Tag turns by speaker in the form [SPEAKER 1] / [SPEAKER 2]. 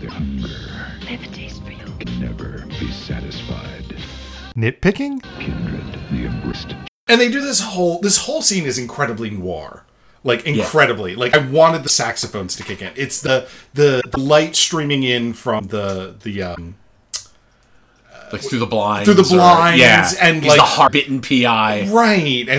[SPEAKER 1] Their hunger
[SPEAKER 2] I have a taste for you.
[SPEAKER 1] can never be satisfied.
[SPEAKER 3] Nitpicking?
[SPEAKER 1] Kindred, the embraced
[SPEAKER 4] and they do this whole this whole scene is incredibly noir like incredibly like i wanted the saxophones to kick in it's the the, the light streaming in from the the um
[SPEAKER 5] Like through the blinds.
[SPEAKER 4] Through the
[SPEAKER 5] or- yeah.
[SPEAKER 4] blinds and,
[SPEAKER 5] He's
[SPEAKER 4] like-
[SPEAKER 5] the hard bitten PI.
[SPEAKER 4] right and